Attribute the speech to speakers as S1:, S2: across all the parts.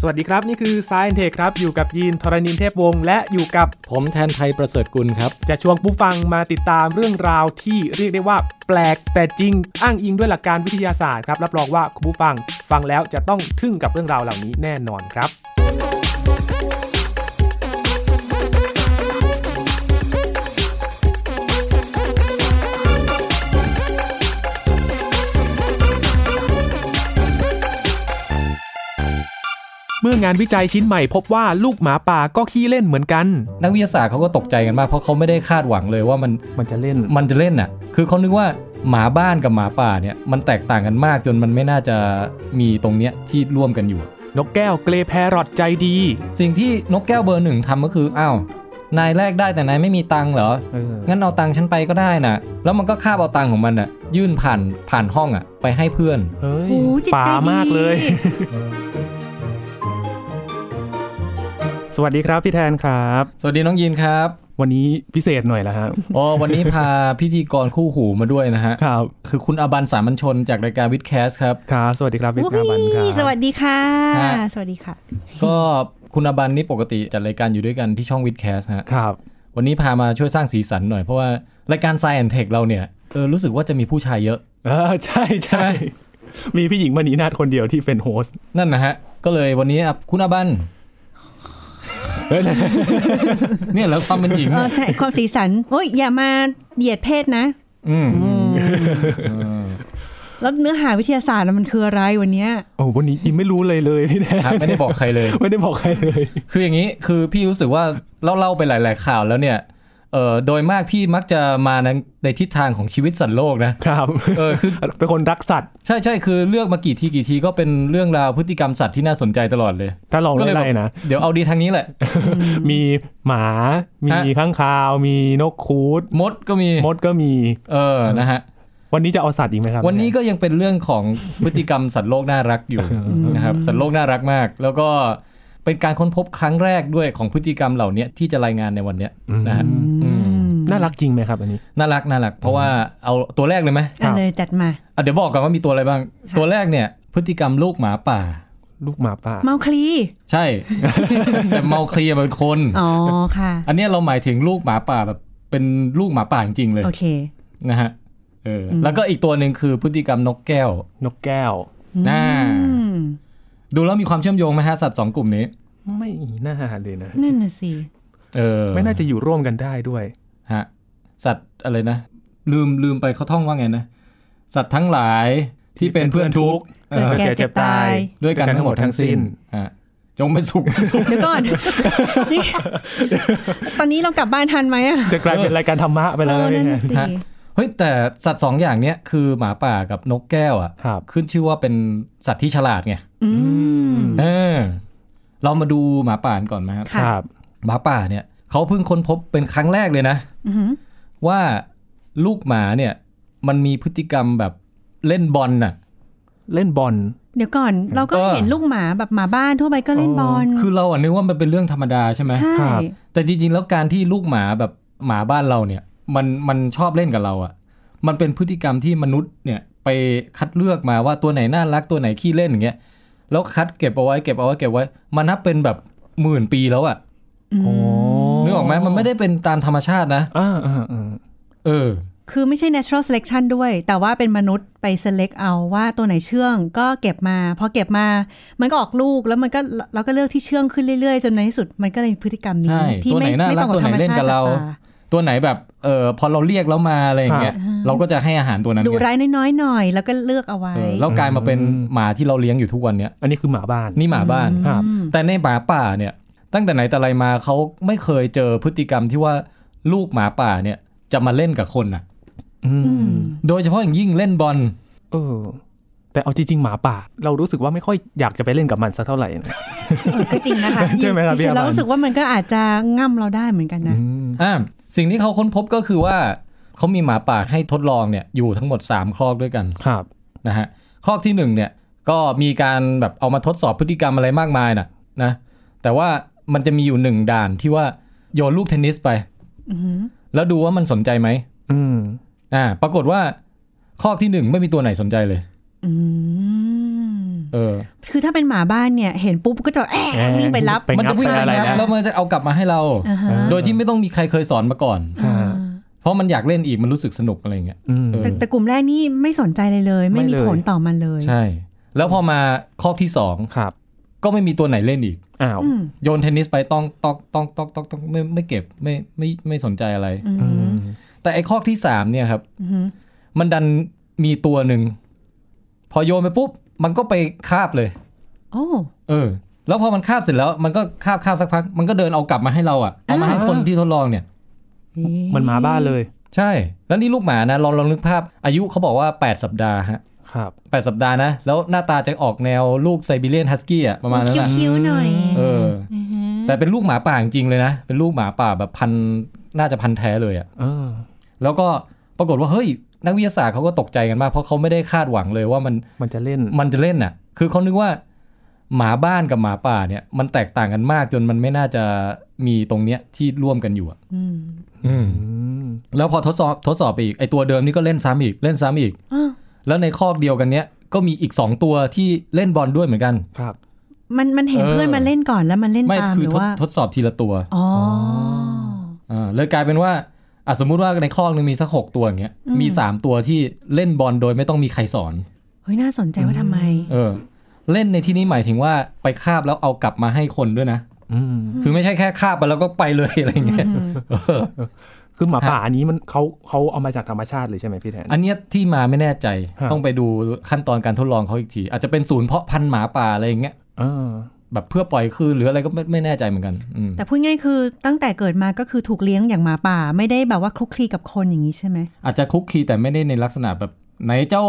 S1: สวัสดีครับ นี่คือ Science Tech ครับ อยู่กับยีนทรณินเทพวงศ์และอยู่กับ
S2: ผมแทนไทยประเสริฐกุลครับ
S1: จะชวนผู้ฟังมาติดตามเรื่องราวที่เรียกได้ว่า แปลกแต่จริง อ้างอิงด้วยหลักการวิทยาศาสตร์ครับรับรองว่าคุณผู้ฟังฟังแล้วจะต้องทึ่งกับเรื่องราวเหล่านี้แน่นอนครับ เมื่องานวิจัยชิ้นใหม่พบว่าลูกหมาป่าก็ขี้เล่นเหมือนกัน
S2: นักวิทยาศาสตร์เขาก็ตกใจกันมาก เพราะเขาไม่ได้คาดหวังเลยว่ามัน
S1: มันจะเล่น
S2: มันจะเล่นน่ะ คือเขานึกว่าหมาบ้านกับหมาป่าเนี่ยมันแตกต่างกันมากจนมันไม่น่าจะมีตรงเนี้ยที่ร่วมกันอยู่
S1: นกแก้วเกรแพรอดใจดี
S2: สิ่งที่นกแก้วเบอร์หนึ่งทำก็คืออ้าวนายแลกได้แต่นายไม่มีตังค์เหรอ
S1: เออ
S2: งั้นเอาตังค์ฉันไปก็ได้นะแล้วมันก็คาบเอาตังค์ของมันน่ะยื่นผ่านผ่านห้องอ่ะไปให้เพื่อน
S1: เฮ้ย
S3: โอ้จิต
S1: ป่า
S3: ใจดี
S1: มากเลย สวัสดีครับพี่แทนครับ
S2: สวัสดีน้องยินครับ
S1: วันนี้พิเศษหน่อยละครับ
S2: อ๋อวันนี้พาพิธีกรคู่หูมาด้วยนะฮะ
S1: ครับ
S2: คือคุณอบันสามัญชนจากรายการวิดแคสครับ
S1: ครับสวัสดีครับพี่
S3: อุ้
S1: กาบันครับ
S3: ยสวัสดีค่ะ
S2: ฮะ
S3: สวัสดีค่ะ
S2: ก็คุณอบันนี่ปกติจัดรายการอยู่ด้วยกันที่ช่องวิดแคสฮะ
S1: ครับ
S2: วันนี้พามาช่วยสร้างสีสันหน่อย เพราะว่ารายการ Science and Tech เราเนี่ยเออรู้สึกว่าจะมีผู้ชายเยอะ
S1: เออใช่ใช่ มีพี่หญิงมณีนาฏคนเดียวที่เป็นโฮสต์
S2: นั่นนะฮะ ก็เลยวันนี้อ่ะคุณอบันเฮ้ยเนี่ยแล้วความเป็นหญิง
S3: เออใช่ความสีสันโอ้ยอย่ามาเหยียดเพศนะ
S2: อืม
S3: แล้วเนื้อหาวิทยาศาสตร์น่ะมันคืออะไรวันเนี้ย
S1: โอ้วันนี้ยิงไม่รู้เลยเลยพี่แท
S2: ครับ
S1: น
S2: ไม่ได้บอกใครเลย
S1: ไม่ได้บอกใครเลย
S2: คืออย่างนี้คือพี่รู้สึกว่าเล่าเล่าไปหลาย ๆ ข่าวแล้วเนี่ยเออโดยมากพี่มักจะมาในในทิศทางของชีวิตสัตว์โลกนะครับ เออคือ
S1: เป็นคนรักสัตว์
S2: ใช่ใช่คือเลือกมากี่ทีกี่ทีก็เป็นเรื่องราวพฤติกรรมสัตว์ที่น่าสนใจตลอดเลย
S1: ถ้าลอง
S2: ก็เลย
S1: ไล่
S2: แบบ
S1: ๆนะ
S2: เดี๋ยวเอาดีทางนี้แหละ
S1: มีหมา มี
S2: ฮะ
S1: ข้างคาว มีนกคูด
S2: มดก็มี
S1: มดก็มี
S2: เออนะฮะ
S1: วันนี้จะเอาสัตว์อีกไหมครับ
S2: วันนี้ก็ยังเป็นเรื่องของพฤติกรรมสัตว์โลกน่ารัก อยู่นะครับสัตว์โลกน่ารักมาก แล้วก็เป็นการค้นพบครั้งแรกด้วยของพฤติกรรมเหล่านี้ที่จะรายงานในวันเนี้ยนะฮะอืม
S1: น่ารักจริงไหมครับอันนี้
S2: น่ารักน่ารัก เพราะว่าเอาตัวแรกเลยไหม
S1: ครับ
S3: เอาเลยจัดมา
S2: อ่ะเดี๋ยวบอกก่อนว่ามีตัวอะไรบ้าง ตัวแรกเนี่ย พฤติกรรมลูกหมาป่า
S1: ลูกหมาป่า
S3: เมาคลี
S2: ใช่ แต่เมาเคลียร์เป็นคน
S3: อ๋อค่ะ
S2: อันเนี้ยเราหมายถึงลูกหมาป่าแบบเป็นลูกหมาป่าจริงๆเลย
S3: โอเค
S2: นะฮะเอออแล้วก็อีกตัวหนึ่งคือพฤติกรรมนกแก้วน
S1: กแก้ว
S2: น่า
S3: อืม
S2: ดูแล้วมีความเชื่อมโยงไหมฮะสัตว์สองกลุ่มนี้
S1: ไม่น่าเลยนะ
S3: นั่นน่ะสิ
S2: เออ
S1: ไม่น่าจะอยู่ร่วมกันได้ด้วย
S2: ฮะสัตว์อะไรนะ ลืมลืมไปเขาท่องว่าไงนะ สัตว์ทั้งหลายที่เป็นเพื่อนทุกข์เอ
S3: เกิ
S2: อ
S3: ดแก่เจ็บตาย
S2: ด้วยกันทั้งหมดทั้งสิ้นฮะจงเป็นสุข
S3: เดี๋ยวก่อน นี่ตอนนี้เรากลับบ้านทันไหมอะ
S1: จะกลายเป็นรายการธรรมะไป
S3: เอ
S1: แล้ว
S3: อนั่น
S1: เนี่ย
S3: น่ะสิ
S2: ฮะ เฮ้ยแต่สัตว์สองอย่างเนี้ยคือหมาป่ากับนกแก้วอ่ะ
S1: ครับ
S2: ขึ้นชื่อว่าเป็นสัตว์ที่ฉลาดไง
S3: อืม
S2: เออเรามาดูหมาป่ากันก่อนไหมครับ
S3: ค่ะ
S1: ครับ
S2: หมาป่าเนี่ยเขาเพิ่งค้นพบเป็นครั้งแรกเลยนะ
S3: อื้อหือ
S2: ว่าลูกหมาเนี่ย มันมีพฤติกรรมแบบเล่นบอลน่ะ
S1: เล่นบอล
S3: เดี๋ยวก่อนเราก็
S2: เออ
S3: เห็นลูกหมาแบบหมาบ้านทั่วไปก็เล่นบอล
S2: คือเราอ่ะนึกว่ามันเป็นเรื่องธรรมดาใช่ไหม
S3: ใช่
S1: ครับ
S2: แต่จริงๆ แล้วการที่ลูกหมาแบบหมาบ้านเราเนี่ย มันมันชอบเล่นกับเราอ่ะ มันเป็นพฤติกรรมที่มนุษย์เนี่ยไปคัดเลือกมาว่าตัวไหนน่ารักตัวไหนขี้เล่นอย่างเงี้ยแล้วคัดเก็บเอาไว้เก็บเอาไว้เก็บไว้ มันนับเป็นแบบหมื่นปีแล้วอ่ะ
S1: โอ้
S2: นึกออกไหมมันไม่ได้เป็นตามธรรมชาตินะ
S1: อ่าอ่าอ่า
S2: เออ
S3: คือไม่ใช่ natural selection ด้วย แต่ว่าเป็นมนุษย์ไป select เอาว่าตัวไหนเชื่อง ก็เก็บมาพอเก็บมา มันก็ออกลูกแล้วมันก็เราก็เลือกที่เชื่องขึ้นเรื่อยๆ จนในที่สุดมันก็เลยมีพฤติกรรม
S2: ใช่
S3: นี้ที่
S2: ตัวไหน
S3: ไม่
S2: น่า
S3: ไม่
S2: รัก
S3: ต้อง
S2: ตั
S3: กั
S2: ว
S3: บ
S2: ไหน
S3: ธรรม
S2: เล่น
S3: ชา
S2: กั
S3: ติ
S2: บ
S3: สั
S2: เรา
S3: ตว์ป่า
S2: ตัวไหนแบบเออพอเราเรียกแล้วมาอะไรอย่างเงี้ยเราก็จะให้อาหารตัวนั้น
S3: ดู
S2: ไง
S3: ร้ายน้อยๆหน่อย แล้วก็เลือกเอาไว้
S2: เออแล้วกลายมาเป็นหมาที่เราเลี้ยงอยู่ทุกวันเนี้ย
S1: อันนี้คือหมาบ้าน
S2: นี่หมาบ้าน
S1: ครับ
S2: แต่ในหมาป่าเนี่ย ตั้งแต่ไหนแต่ไรมาเขาไม่เคยเจอพฤติกรรมที่ว่าลูกหมาป่าเนี่ยจะมาเล่นกับคนน่ะ
S1: อืม
S3: อืม
S2: โดยเฉพาะอย่างยิ่งเล่นบอล
S1: เออ แต่เอาจริงๆหมาป่า เรารู้สึกว่าไม่ค่อยอยากจะไปเล่นกับมันสักเท่าไหร่นะ
S3: เออก็จริงนะคะ
S1: ใช่ไหมครับพี่
S3: จ
S1: อา
S3: งๆ
S1: บัน
S3: แล้วรู้สึกว่ามันก็อาจจะง่ำเราได้เหมือนกันนะ
S2: อ่าสิ่งที่เขาค้นพบก็คือว่าเขามีหมาป่าให้ทดลองเนี่ยอยู่ทั้งหมด 3 คลอกด้วยกัน
S1: ครับ
S2: นะฮะข้อที่หนึ่งเนี่ยก็มีการแบบเอามาทดสอบพฤติกรรมอะไรมากมายนะนะแต่ว่ามันจะมีอยู่หนึ่งด่านที่ว่าโยนลูกเทนนิสไป
S3: อือหือ
S2: แล้วดูว่ามันสนใจไหม
S1: อืม
S2: อ่าปรากฏว่าข้อที่หนึ่งไม่มีตัวไหนสนใจเลย
S3: อืม
S2: เออ
S3: คือถ้าเป็นหมาบ้านเนี่ยเห็นปุ๊บก็จะแอบวิ่งไปรับ
S1: ไปงับ
S2: มัจะวิ่ง
S1: ไป
S2: ไป
S1: อะไร
S2: งับ
S1: นะ
S2: แล้วมันจะเอากลับมาให้เรา
S3: อ่าฮะ
S2: โดยที่ไม่ต้องมีใครเคยสอนมาก่อน
S1: ฮะ
S2: เพราะมันอยากเล่นอีกมันรู้สึกสนุกอะไรอย่างเงี้ย
S1: อืม
S2: เออ
S3: แต่แต่กลุ่มแรกนี่ไม่สนใจเลยเลย ไม่
S1: ไม่
S3: มี
S1: เลย
S3: ผลต่อมันเลย
S2: ใช่ แล้วพอมาข้อที่สอง
S1: ครับ
S2: ก็ไม่มีตัวไหนเล่นอีก
S1: อ้าว
S3: อืม
S2: โยนเทนนิสไปต้องต้องต้องต้องต้องต้องไม่ไม่เก็บไม่ไม่ไม่สนใจอะไร
S3: อืม
S1: อืม
S2: แต่ไอ้ข้อที่สามเนี่ยครับ
S3: อืม
S2: มันดันมีตัวหนึ่ง พอโยนไปปุ๊บ มันก็ไปคาบเลย
S3: โอ้
S2: เออ แล้วพอมันคาบเสร็จแล้ว มันก็คาบคาบสักพัก มันก็เดินเอากลับมาให้เราอะ่ะเอามาให้คนที่ทดลองเนี่ย
S1: มันหมาบ้านเลย
S2: ใช่ แล้วนี่ลูกหมานะลองลองนึกภาพ อายุเขาบอกว่า 8 สัปดาห์ฮะ
S1: ครับ
S2: แปดสัปดาห์นะ แล้วหน้าตาจะออกแนวลูกไซบีเรียนฮัสกี้อ่ะประมาณนั้นนะ
S3: คิ้วๆหน่อย
S2: เออ
S3: อฮึ
S2: แต่เป็นลูกหมาป่าจริงๆเลยนะ เป็นลูกหมาป่าแบบพันน่าจะพันแท้เลยอ่ะ
S1: เออ
S2: แล้วก็ปรากฏว่าเฮ้ย นักวิทยาศาสตร์เขาก็ตกใจกันมาก เพราะเขาไม่ได้คาดหวังเลยว่ามัน
S1: มันจะเล่น
S2: มันจะเล่นน่ะ คือเขานึกว่า หมาบ้านกับหมาป่าเนี่ย มันแตกต่างกันมากจนมันไม่น่าจะมีตรงเนี้ยที่ร่วมกันอยู่อะ
S3: อืม
S1: อืม
S2: แล้วพอทดสอบทดสอบไปอีกไอตัวเดิมนี่ก็เล่นซ้ำอีกเล่นซ้ำอีก
S3: อ้าว
S2: แล้วในคอกเดียวกันเนี้ยก็มีอีก 2 ตัวที่เล่นบอลด้วยเหมือนกัน
S1: ครับ
S3: มันมันเห็น
S2: เออ
S3: เพื่อนมันเล่นก่อนแล้วมันเล่น
S2: ไม่
S3: ตาม
S2: คื
S3: ห
S2: อ
S3: รือ
S2: ทด
S3: ว่า
S2: ทดสอบทีละตัว
S3: อ๋อ
S2: อ่าเลยกลายเป็นว่าอ่ะสมมุติว่าในคอกนึงมีสักหกตัวอย่างเงี้ย
S3: อืม
S2: มี 3 ตัวที่เล่นบอลโดยไม่ต้องมีใครสอน
S3: เฮ้ยน่าสนใจว่าทำไม
S2: เออ เล่นในที่นี้หมายถึงว่าไปคาบแล้วเอากลับมาให้คนด้วยนะ
S1: อืม
S2: คือไม่ใช่แค่คาบไปแล้วก็ไปเลย อะไรเงี้ย
S1: คือหมาป่าอันนี้มันเขาเขาเอามาจากธรรมชาติเลยใช่ไหมพี่แทน
S2: อันเนี้ยที่มาไม่แน่ใจ
S1: ฮะ
S2: ต้องไปดูขั้นตอนการทดลองเขาอีกที อาจจะเป็นศูนย์เพาะพันธุ์หมาป่าอะไรอย่างเงี้ย
S1: เออ
S2: แบบเพื่อปล่อยคืนหรืออะไรก็ไม่ไม่แน่ใจเหมือนกันอืม
S3: แต่พูดง่ายคือตั้งแต่เกิดมาก็คือถูกเลี้ยงอย่างหมาป่า ไม่ได้แบบว่าคลุกคลีกับคนอย่างนี้ใช่ไหม
S2: อาจจะคุกคีแต่ไม่ได้ในลักษณะแบบไหนเจ้า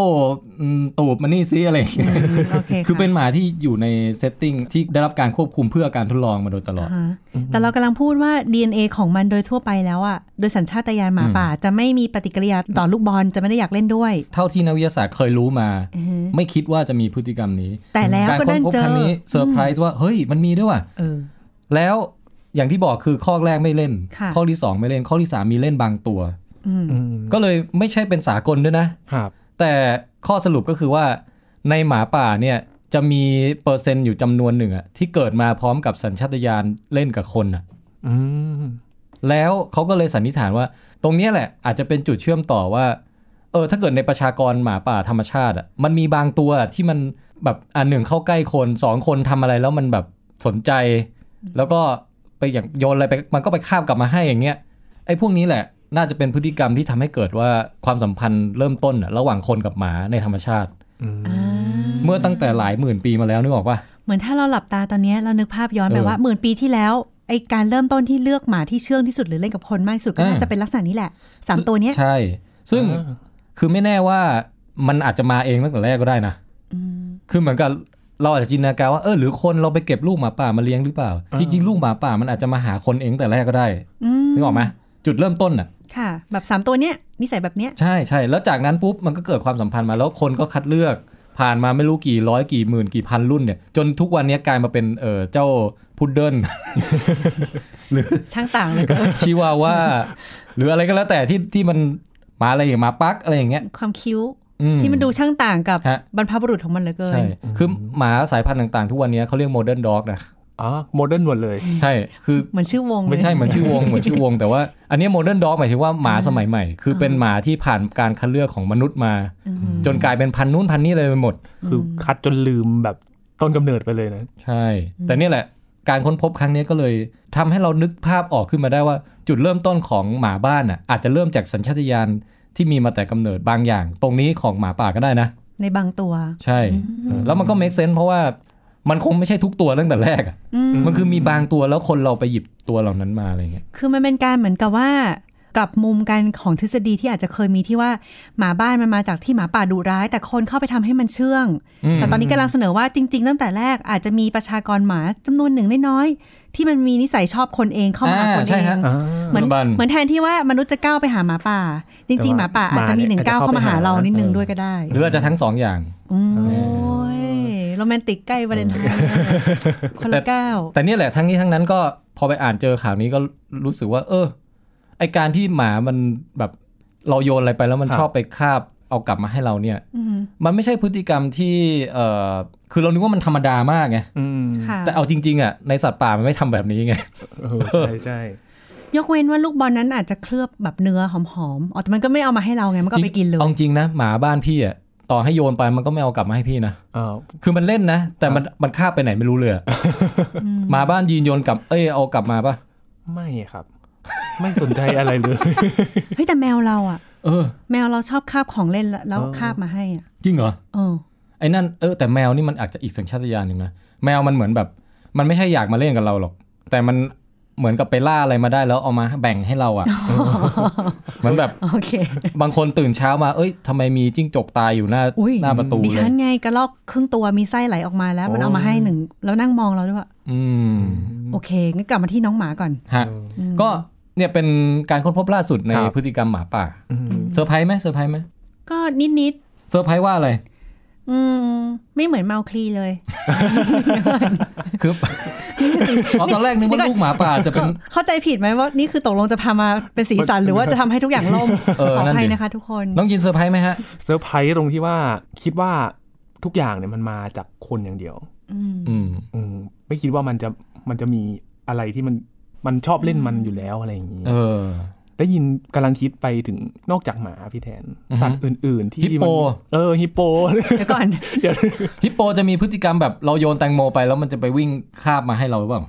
S2: อืมตูบมานี่ซิอะไรอย่างเงี้ย
S3: อืมโอเคะ
S2: คือเป็นหมาที่อยู่ในเซตติ้งที่ได้รับการควบคุมเพื่อการทดลองมาโดยตลอ
S3: อ่า
S2: ด
S3: ฮะแต่เรากำลังพูดว่า DNA ของมันโดยทั่วไปแล้วอะโดยสัญชาตญาณหมาป่า จะไม่มีปฏิกิริยาต่อลูกบอลจะไม่ได้อยากเล่นด้วย
S2: เท่าที่นักวิทยาศาสตร์เคยรู้มา
S3: อือฮึ
S2: ไม่คิดว่าจะมีพฤติกรรมนี้
S3: แต่แล้ว
S2: การค้
S3: ก็ได้
S2: นพบ
S3: เจ
S2: ค
S3: อ
S2: รั้งนี้เซอร์ไพรส์ว่าเฮ้ยมันมีด้วยว่ะ
S3: เออ
S2: แล้วอย่างที่บอกคือข้อแรกไม่เล่น
S3: ค่ะ
S2: ข้อที่ 2 ไม่เล่น ข้อที่ 3 มีเล่นบางตัว
S3: อืม
S1: อืม
S2: ก็เลยไม่ใช่เป็นสากลด้วยนะ
S1: ครับ
S2: แต่ข้อสรุปก็คือว่าในหมาป่าเนี่ยจะมีเปอร์เซ็นต์อยู่จำนวนหนึ่งอะที่เกิดมาพร้อมกับสัญชาตญาณเล่นกับคนอะ
S1: อืม
S2: แล้วเขาก็เลยสันนิษฐานว่า ตรงเนี้ยแหละอาจจะเป็นจุดเชื่อมต่อว่าเออถ้าเกิดในประชากรหมาป่าธรรมชาติอะมันมีบางตัวที่มันแบบอ่าหนึ่งเข้าใกล้คนสองคนทำอะไรแล้วมันแบบสนใจ แล้วก็ไปอย่างโยนอะไรไปมันก็ไปคาบกลับมาให้อย่างเงี้ยไอ้พวกนี้แหละ น่าจะเป็นพฤติกรรมที่ทำให้เกิดว่าความสัมพันธ์เริ่มต้นอะระหว่างคนกับหมาในธรรมชาติ
S1: อืม
S2: เมื่อตั้งแต่หลายหมื่นปีมาแล้วนึกออกปะ
S3: เหมือนถ้าเราหลับตาตอนเนี้ยเรานึกภาพย้อนไป
S2: เออ
S3: ว่าหมื่นปีที่แล้วไอการเริ่มต้นที่เลือกหมาที่เชื่องที่สุดหรือเล่นกับคนมากที่สุดก็
S2: อ่า
S3: น่าจะเป็นลักษณะนี้แหละสามตัวเนี้ย
S2: ใช่ ซึ่งคือไม่แน่ว่ามันอาจจะมาเองตั้งแต่แรกก็ได้นะ
S3: อืม
S2: คือเหมือนกับเราอาจจะจินตนาการว่าเออหรือคนเราไปเก็บลูกหมาป่ามาเลี้ยงหรือเปล่า
S1: อ่า
S2: จริงๆ ลูกหมาป่ามันอาจจะมาหาคนเองตั้งแต่แรกก็ได้นึกออกไหมจุดเริ่มต้นน่ะ
S3: ค่ะ แบบสามตัวเนี้ยนิสัยแบบเนี้ย
S2: ใช่ใช่แล้วจากนั้นปุ๊บมันก็เกิดความสัมพันธ์มาแล้วคนก็คัดเลือก ผ่านมาไม่รู้กี่ร้อยกี่หมื่นกี่พันรุ่นเนี่ยจนทุกวันนี้กลายมาเป็นเออเจ้าพุดเดิ้ล
S3: ช่างต่างเลยก็
S2: ชิวาว่าหรืออะไรก็แล้วแต่ที่ที่มันหมาอะไรอย่างหมาปักอะไรอย่างเงี้ย
S3: ความคิ้ว
S2: อื
S3: ที่มันดูช่างต่างกับ
S2: ฮะ
S3: บรรพบุรุษของมันเหลือเกิน
S2: ใช่ คือหมาสายพันธุ์ต่างๆ ทุกวันนี้เขาเรียกโมเดิร์นด็อกนะ
S1: อ๋อโมเดิร์นหมดเลย
S2: ใช่ คือ
S3: เหมือนชื่อวงเลย
S2: ไม่ใช่เหมือนชื่อวงเหมือนชื่อวง แต่ว่าอันนี้โมเดิร์นด็อกหมายถึงว่าหมาสมัยใหม่ คือเป็นหมาที่ผ่านการคัดเลือกของมนุษย์มา
S3: อืม
S2: จนกลายเป็นพันธุ์นู้นพันธุ์นี้เลยไปหมด
S1: คือคัดจนลืมแบบต้นกำเนิดไปเลยนะ
S2: ใช่ แต่เนี่ยแหละ การค้นพบครั้งนี้ก็เลยทำให้เรานึกภาพออกขึ้นมาได้ว่า จุดเริ่มต้นของหมาบ้านอ่ะอาจจะเริ่มจากสัญชาตญาณที่มีมาแต่กำเนิดบางอย่าง ตรงนี้ของหมาป่าก็ได้นะ
S3: ในบางตัว
S2: ใช่เออแล้วมันก็ make sense เพราะว่ามันคงไม่ใช่ทุกตัวตั้งแต่แรกอะ
S3: อืม
S2: มันคือมีบางตัวแล้วคนเราไปหยิบตัวเหล่านั้นมาอะไรเงี้ย
S3: คือมันเป็นการเหมือนกับว่ากลับมุมกันของทฤษฎีที่อาจจะเคยมีที่ว่าหมาบ้านมันมาจากที่หมาป่าดุร้าย แต่คนเข้าไปทำให้มันเชื่อง
S2: อืม
S3: แต่ตอนนี้กำลังเสนอว่าจริง ๆ ตั้งแต่แรกอาจจะมีประชากรหมาจำนวนหนึ่งน้อยๆที่มันมีนิสัยชอบคนเองเข้ามาหาคนเอ
S2: ใช่
S3: ง
S2: ฮะ
S1: อ่า
S3: เหมือน
S2: ปัจจุบัน
S3: เหมือนแทนที่ว่ามนุษย์จะก้าวไปหาหมาป่า จริง ๆ ห
S1: แต่ว่า
S3: มาป่าอาจจะมี
S1: หมาเนี่ย
S3: หนึ่งก้าว
S1: อาจจะ
S3: เข้ามาหา
S1: เข้าไปหา
S3: เรานิดนึง
S2: เออ
S3: ด้วยก็ได้
S2: หรืออาจจะทั้งสองอย่าง
S3: อืมโอ้ยโรแมนติกใกล้วาเลนไทน์คนละก้าว
S2: แต่เนี่ยแหละทั้งนี้ทั้งนั้นก็พอไปอ่านเจอข่าวนี้ก็รู้สึกว่า เออไอการที่หมามันแบบเราโยนอะไรไปแล้วมัน
S1: ครับ
S2: ชอบไปคาบเอากลับมาให้เราเนี่ย
S3: อืม
S2: มันไม่ใช่พฤติกรรมที่เอ่อ คือเรานึกว่ามันธรรมดามากไง
S1: อืม
S3: ค่ะ
S2: แต่เอาจริงๆอ่ะในสัตว์ป่ามันไม่ทำแบบนี้ไง
S1: เออใช่ใช่
S3: ยกเว้นว่าลูกบอลนั้นอาจจะเคลือบแบบเนื้อหอมๆอ๋อแต่มันก็ไม่เอามาให้เราไงมันก็เอาไปกินเลย
S2: เอาจริงนะหมาบ้านพี่อ่ะต่อให้โยนไปมันก็ไม่เอากลับมาให้พี่นะ
S1: เอ่อ
S2: คือมันเล่นนะ แต่มันมันคาบไปไหนไม่รู้เลยอะหมาบ้านยีนโยนกลับเอ้ยเอากลับมาปะ
S1: ไม่ครับ ไม่สนใจอะไรเลย
S3: เฮ้ยแต่แมวเราอะ
S2: เออ
S3: แมวเราชอบคาบของเล่นแล้วแล้ว
S1: อ๋อ
S3: คาบมาให้อะ
S2: จริงเหรอ
S3: เออ
S2: ไอ้นั่นเออแต่แมวนี่มันอาจจะอีกสัญชาตญาณหนึ่งนะแมวมันเหมือนแบบ มันไม่ใช่อยากมาเล่นกับเราหรอก แต่มันเหมือนกับไปล่าอะไรมาได้แล้วเอามาแบ่งให้เราอ่ะเหมือนแบบ
S3: โอเค
S2: บางคนตื่นเช้ามา เอ้ยทำไมมีจิ้งจกตายอยู่หน้า
S3: อุ้ย
S2: หน้าประตู
S3: ดิ
S2: เล
S3: ฉั
S2: ย
S3: นไงกระลอกครึ่งตัวมีไส้ไหลออกมาแล้ว มันเอามาให้หนึ่งแล้วนั่งมองเราด้วยว่า
S2: อืม
S3: โอเคงั้นกลับมาที่น้องหมาก่อน
S2: ฮะก็เนี่ยเป็นการค้นพบล่าสุดใน
S1: ครับ
S2: พฤติกรรมหมาป่า
S1: อืม
S2: เซอร์ไพรส์ไหมเซอร์ไพรส์ไหม
S3: ก็นิด
S2: เซอร์ไพรส์ว่าอะไร
S3: ๆอืมไม่เหมือนเมาคลีเลย
S2: คือ อ๋อตอนแรกนึกว่าลูกหมาป่าจะเป็น
S3: เข้าใจผิดไหมว่านี่คือตกลงจะพามาเป็นสีสันหรือว่าจะทำให้ทุกอย่างล่ม
S2: เออ
S3: ขออ
S2: นั่นดิ
S3: ภัยนะคะทุกคน
S2: น้องยินเซอร์ไพรส์ไหมฮะ
S1: เซอร์ไพรส์ตรงที่ว่าคิดว่าทุกอย่างเนี่ยมันมาจากคนอย่างเดียว
S3: อืม
S2: อืม
S1: อืมไม่คิดว่ามันจะมันจะมีอะไรที่มันมันชอบเล่นมันอยู่แล้วอะไรอย่างนี้
S2: เออ
S1: ได้ยินกำลังคิดไปถึงนอกจากหมาพี่แทน
S2: อือฮึ
S1: สัตว์อื่น ๆ ที่
S2: ฮิปโป
S1: มันเออฮิปโป
S3: เดี๋ยวก่อน
S1: เดี๋ยว
S2: ฮิปโปจะมีพฤติกรรมแบบเราโยนแตงโมไปแล้วมันจะไปวิ่งคาบมาให้เราหรือเปล่า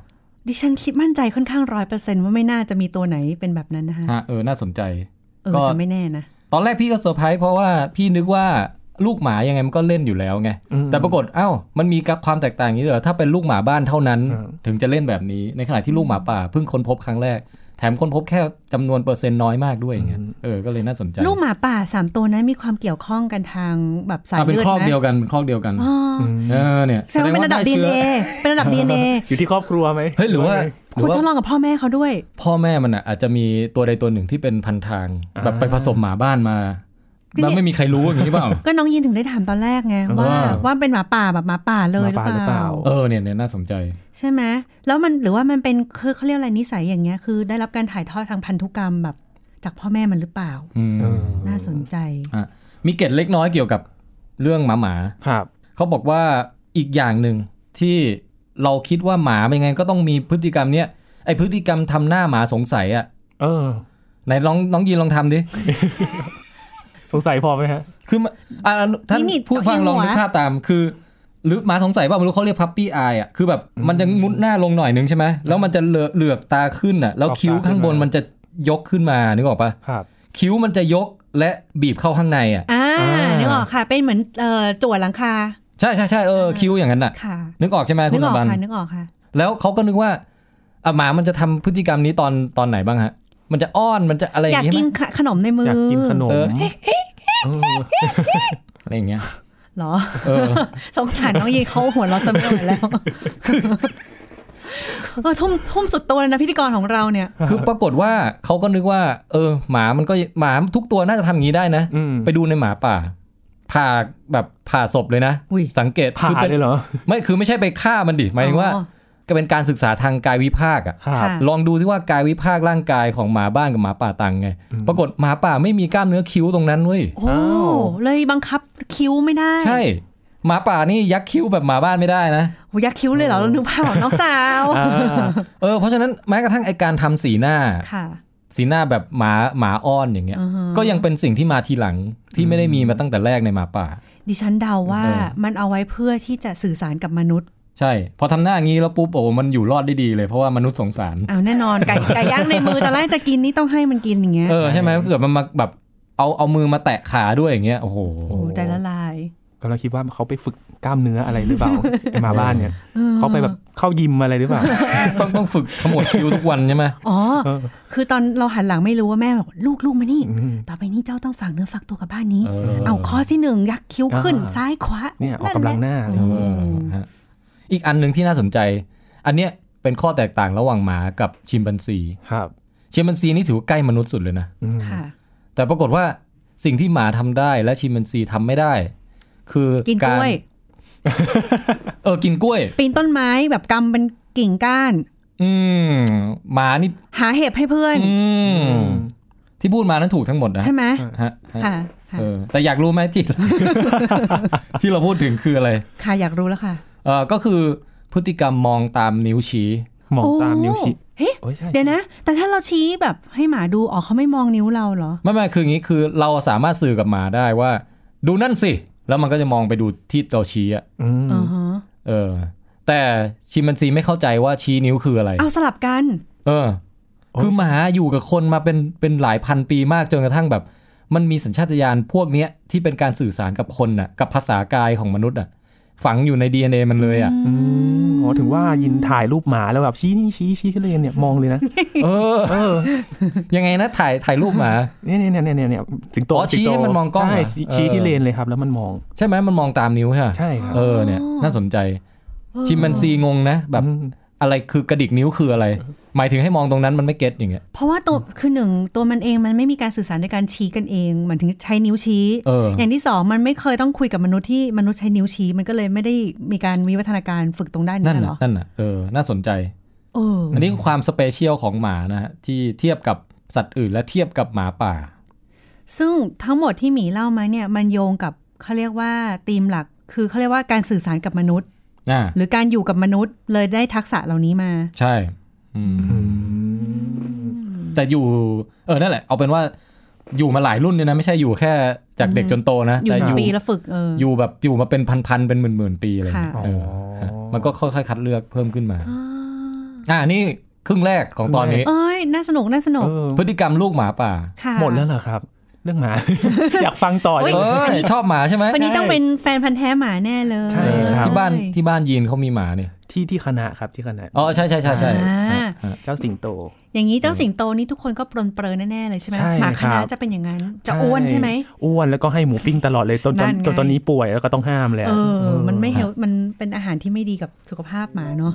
S3: ดิฉันคิดมั่นใจค่อนข้างร้อยเปอร์เซนต์ว่าไม่น่าจะมีตัวไหนเป็นแบบนั้นนะคะ
S2: ฮะเออน่าสนใจ
S3: เออ
S2: ก็
S3: แต่ไม่แน่นะ
S2: ตอนแรกพี่ก็เซอร์ไพรส์เพราะว่าพี่นึกว่าลูกหมายังไงมันก็เล่นอยู่แล้วไง
S1: อืม
S2: แต่ปรากฏเอ้ามันมีกับความแตกต่างอย่างนี้เหรอถ้าเป็นลูกหมาบ้านเท่านั้น
S1: ครับ
S2: ถึงจะเล่นแบบนี้ในขณะที่ลูกหมาป่าเพิ่งค้นพบครั้งแรก แถมค้นพบแค่จำนวนเปอร์เซ็นต์น้อยมากด้วยอย่างเงี้ยเออก็เลยน่าสนใจ
S3: ลูกหมาป่าสามตัวนั้นมีความเกี่ยวข้องกันทางแบบสาย
S2: อ่ะเป็น
S3: เลือด
S2: ครอบ
S3: นะ
S2: เดียวกันเป็นครอบเดียวกัน
S3: อ๋ออ
S2: เออเนี่ย
S3: แสดงว่าเป็นระดับ
S2: ไชื้อ
S3: DNA เป็นระดับ DNA
S1: อยู่ที่ครอบครัวไหม
S2: เฮ้ยหรือว่าหรื
S3: คุ
S2: อ
S3: ณ
S2: ว่า
S3: ทดลองกับพ่อแม่เขาด้วย
S2: พ่อแม่มันอ่ะอาจจะมีตัวใดตัวหนึ่งที่เป็นพันทาง
S1: า
S2: แบบไปผสมหมาบ้านมา
S3: นี่
S2: แล้วไม่มีใครรู้อย่างนี้เป ล่า
S3: ก็น้องยินถึงได้ถามตอนแรกไงว่า
S2: เออ
S3: ว่าเป็นหมาป่าแบบหมาป่าเลยห
S1: หมาป่า
S3: รือ
S1: หรือ
S3: เป
S1: เป
S3: ล่า
S1: ล่า
S2: เออเนี่ยเนี่ยน่าสนใจ
S3: ใช่ไหมแล้วมันหรือว่ามันเป็นคือเขาเรียกอะไรนิสัยอย่างเงี้ยคือได้รับการถ่ายทอดทางพันธุกรรมแบบ จากพ่อแม่มันหรือเปล่า
S2: อืม
S1: เออ
S3: น่าสนใจ
S2: อ่ะมีเกร็ดเล็กน้อยเกี่ยวกับเรื่องหมาหมา
S1: ครับ
S2: เขาบอกว่าอีกอย่างหนึ่งที่เราคิดว่าหมาเป็นไงก็ต้องมีพฤติกรรมเนี้ยไอพฤติกรรมทำหน้าหมาสงสัยอ่ะ
S1: เออ
S2: ไหนลองน้องยีนลองทำดิ
S1: สงสัยพอไหมฮะ
S2: คือมันอ่ะท่าน
S3: นี่นี่
S2: ผู้ฟัง
S3: เอาที่
S2: ลอง
S3: หัว
S2: นึกภาพตามคือ หรือหมาสงสัยว่าไม่รู้เขาเรียกพั p ปี้อายอ่ะคือแบบมันจะมุดหน้าลงหน่อยนึงใช่ไหมแล้วมันจะเหลือกเหลือกตาขึ้นอ่ะแล้ว
S1: ออกตา
S2: คิ้วข้างบน
S1: ขึ้นมามั
S2: มันจะยกขึ้นมานึกออกปะ
S1: ครับ
S2: คิ้วมันจะยกและบีบเข้าข้างในอ่ะ
S3: อ่า
S1: อ่า
S3: นึกออกค่ะ เป็นเหมือนเอ่อจั่วหลังคา
S2: ใช่ใช่ใช่เออคิ้วอย่างนั้นอ่ะ
S3: ค่ะ
S2: นึกออกใช่ไหม
S3: นึ
S2: คุ
S3: ก
S2: ณ
S3: อ
S2: อ
S3: อก
S2: บัน
S3: ค่ะนึกออกค่ะ
S2: แล้วเขาก็นึกว่าอ่ะหมามันจะทำพฤติกรรมนี้ตอนตอนไหนบ้างฮะ มันจะอ้อนมันจะอะไร
S3: อ
S2: อาย
S3: ย่า
S2: งเงี้ย
S3: กกินขขนมในมืออย
S1: อากกินขนม
S2: เออ
S1: เออ
S2: อะไรอย่างเงี้ย
S3: เหรอ
S2: เออ
S3: สงสารน้องยีเขาหัวเราะจนไม่ไหวแล้วเออทุ่มทุ่มสุดตัวเลยนะพิธีกรของเราเนี่ย
S2: คือปรากฏว่าเขาก็นึกว่า เออ หมามันก็หมาทุกตัวน่าจะทำอย่างนี้ได้นะ
S1: อืม
S2: ไปดูในหมาป่าผ่าแบบผ่าศพเลยนะ
S3: อุ้ย
S2: สังเกต
S1: ผ่า
S2: คือเป็น
S1: เลยเหรอ
S2: ไม่คือไม่ใช่ไปฆ่ามันดิหมายถึงว่า
S3: อ๋อ
S2: ก็เป็นการศึกษาทางกายวิภาคอะ
S1: ครับ
S3: ค่ะ
S2: ลองดูที่ว่ากายวิภาคร่างกายของหมาบ้านกับหมาป่าต่างไง
S1: อืม
S2: ปรากฏหมาป่าไม่มีกล้ามเนื้อคิ้วตรงนั้นเว้ย
S3: โอ้เลยบังคับคิ้วไม่ได้
S2: ใช่ หมาป่านี่ยักคิ้วแบบหมาบ้านไม่ได้นะ
S3: โอ้ยักคิ้วเลยเหรอเรานึกภาพของน้องสาว
S1: อ่า
S2: เออ เพราะฉะนั้นแม้กระทั่งไอการทำสีหน้า
S3: ค่ะ
S2: สีหน้าแบบหมาหมาอ้อนอย่างเงี้ย
S3: อือฮึ
S2: ก็ยังเป็นสิ่งที่มาทีหลังที่ไม่ได้มีมาตั้งแต่แรกในหมาป่า
S3: ดิฉันเดาว่า
S2: เออ
S3: มันเอาไว้เพื่อที่จะสื่อสารกับมนุษย์
S2: ใช่ พอทำหน้าอย่างงี้แล้วปุ๊บโอ้โหมันอยู่รอดได้ดีเลยเพราะว่ามนุษย์สงสาร
S3: อ้าวแน่นอนไก่ไก่ย่างในมือแต่แรกจะกินนี่ต้องให้มันกินอย่างเงี้ย
S2: เออใช่ไหมเกิดมันมาแบบเอาเอามือมาแตะขาด้วยอย่างเงี้ย โอ้โห
S3: โอ้ใจละลาย
S1: กำลังคิดว่าเขาไปฝึกกล้ามเนื้ออะไรหรือเปล่าไอหมาบ้านเนี่ยเขาไปแบบเข้ายิมอะไรหรือเปล่า
S2: ต้องต้องฝึกขมวดคิ้วทุกวันใช่ไหม
S3: อ๋อ
S1: เออ
S3: คือตอนเราหันหลังไม่รู้ว่าแม่บอกลูกลูกมานี่
S1: อืม
S3: ต่อไปนี้เจ้าต้องฝากเนื้อฝากตัวกับบ้านนี้
S2: เออ
S3: เอาข้อที่หนึ่งยักคิ้วขึ้น
S1: อ่า
S3: ซ้ายขวา
S1: เนี่ยออกกำลังหน้าอะไรอย่าง
S2: เอ
S1: เงี้ย
S2: อฮะอีกอันหนึ่งที่น่าสนใจ อันเนี้ยเป็นข้อแตกต่างระหว่างหมากับชิมปันซี
S1: ครับ
S2: ชิมปันซีนี่ถือว่าใกล้มนุษย์สุดเลยนะ
S1: อืม
S3: ค่ะ
S2: แต่ปรากฏว่าสิ่งที่หมาทำได้และชิมปันซีทำไม่ได้ คือ
S3: กินกล้วย
S2: เออกินกล้วย
S3: ปีนต้นไม้แบบกำเป็นกิ่งก้าน
S2: อืมหมานี่
S3: หาเห็บให้เพื่อน
S2: อืมที่พูดมานั้นถูกทั้งหมดนะ
S3: ใช่ไหม
S2: ฮะฮะ
S3: ค่ะ ค่ะ
S2: เออแต่อยากรู้ไหมที่ ที่เราพูดถึงคืออะไร
S3: ค่ะอยากรู้แล้วค่ะ
S2: เออก็คือพฤติกรรมมองตามนิ้วชี้
S1: มองตามนิ้วชี้
S3: โอ้เฮ้ย
S1: โอ้ใช่
S3: เดี๋ยวนะ แต่ถ้าเราชี้แบบให้หมาดูอ๋อเขาไม่มองนิ้วเราเหรอ
S2: ไม่ไม่คืออย่างนี้คือเราสามารถสื่อกับหมาได้ว่า ดูนั่นสิ แล้วมันก็จะมองไปดูที่เราชี้อะ
S1: อืม
S3: อ๋อฮะ
S2: เออ แต่ชิมแปนซีไม่เข้าใจว่าชี้นิ้วคืออะไร
S3: เอาสลับกัน
S2: เออ คือหมาอยู่กับคนมาเป็นเป็นหลายพันปีมากจนกระทั่งแบบ มันมีสัญชาตญาณพวกเนี้ยที่เป็นการสื่อสารกับคนน่ะ กับภาษากายของมนุษย์อ่ะ ฝังอยู่ใน DNA มันเลยอ่ะ
S1: อืมอ๋อถึงว่ายินถ่ายรูปหมาแล้วแบบชี้นี่ชี้ชี้ขึ้นเลยเนี่ยมอง เลยนะ
S2: เออ ยังไงนะถ่ายถ่ายรูปหมา
S1: เนี่ยเนี่ยเนี่ยเนี่ยเนี่ยสิงโต
S2: อ๋อชี้
S1: สิโต
S2: ให้มันมองกล้องเหรอ
S1: ใช่ชี้ชี้
S2: เออ
S1: ที่เลนเลยครับ แล้วมันมอง
S2: ใช่ไหมมันมองตามนิ้วใช่ไหม
S1: ใช่ครับ
S2: เออเนี่ย น่าสนใจ
S3: เออ
S2: ชิมแปนซีงงนะ แบบ
S1: อืม
S2: อะไรคือกระดิกนิ้วคืออะไร หมายถึงให้มองตรงนั้นมันไม่เก็ตอย่างเงี้ย
S3: เพราะว่าตัวคือหนึ่งตัวมันเองมันไม่มีการสื่อสารในการชี้กันเองเหมือนถึงใช้นิ้วชี้
S2: เออ
S3: อย่างที่สองมันไม่เคยต้องคุยกับมนุษย์ที่มนุษย์ใช้นิ้วชี้ มันก็เลยไม่ได้มีการวิวัฒนาการฝึกตรงด้าน
S2: นั่น
S3: นี้เหร
S2: น่ะ
S3: อ
S2: นั่นน่ะเออน่าสนใจ
S3: เออ
S2: อันนี้คือความสเปเชียลของหมานะฮะที่เทียบกับสัตว์อื่นและเทียบกับหมาป่า
S3: ซึ่งทั้งหมดที่หมีเล่ามาเนี่ยมันโยงกับเขาเรียกว่าธีมหลัก คือเขาเรียกว่าการสื่อสารกับมนุษย์
S2: อ่า
S3: หรือการอยู่กับมนุษย์เลยได้ทักษะเหล่านี้มา
S2: ใช่อืม
S1: อืม
S2: แต่อยู่เออนั่นแหละ เอาเป็นว่าอยู่มาหลายรุ่นเนี่ยนะไม่ใช่อยู่แค่จากเด็กจนโตนะ
S3: อยู่
S2: แต่
S3: หนึ่
S2: องยู่
S3: ปีแล้วฝึกเออ
S2: อยู่แบบอยู่มาเป็นพันๆเป็นหมื่นๆปีอะไรอย่างเงี้ย
S3: ค่ะ
S2: เออฮะมันก็ค่อยๆคัดเลือกเพิ่มขึ้นมา
S3: อ่า
S2: อ่านี่ครึ่งแรกของตอนนี้
S3: เอ้ยน่าสนุกน่าสนุก
S1: เออ
S2: พฤติกรรมลูกหมาป่า
S3: ค่ะ
S1: หมดแล้วเหรอครับ เรื่องหมา อยากฟังต่อจัง
S2: เอ
S1: เลย
S2: อชอบหมาใช่ไหม
S3: วันนี้ต้องเป็นแฟนพันธ์แท้หมาแน่เลย
S1: ใช่
S2: เออ
S1: ครับ
S2: ที่บ้านที่บ้านยีนเขามีหมาเนี่ย
S1: ที่ที่คณะครับที่คณะ
S2: อ๋อใช่ใช่ใช่ใช่
S3: อ่า
S2: อ่าอ่า
S1: เจ้าสิงโต
S3: อย่างนี้เจ้าสิงโตนี่ทุกคนก็ปรนเปรอแน่ ๆ เลยใช่ไหม
S1: ใช่
S3: หมาค
S1: ครั
S3: ณะ
S1: บ
S3: จะเป็นอย่างนั้น จะอ้วนใช่ไหม
S1: อ้วนแล้วก็ให้หมูปิ้งตลอดเลยจนจน
S3: นั่นไง
S1: จนตอนนี้ป่วยแล้วก็ต้องห้ามแล้ว
S3: เออ มันไม่
S1: เอ
S3: เฮลมันเป็นอาหารที่ไม่ดีกับสุขภาพหมาเนาะ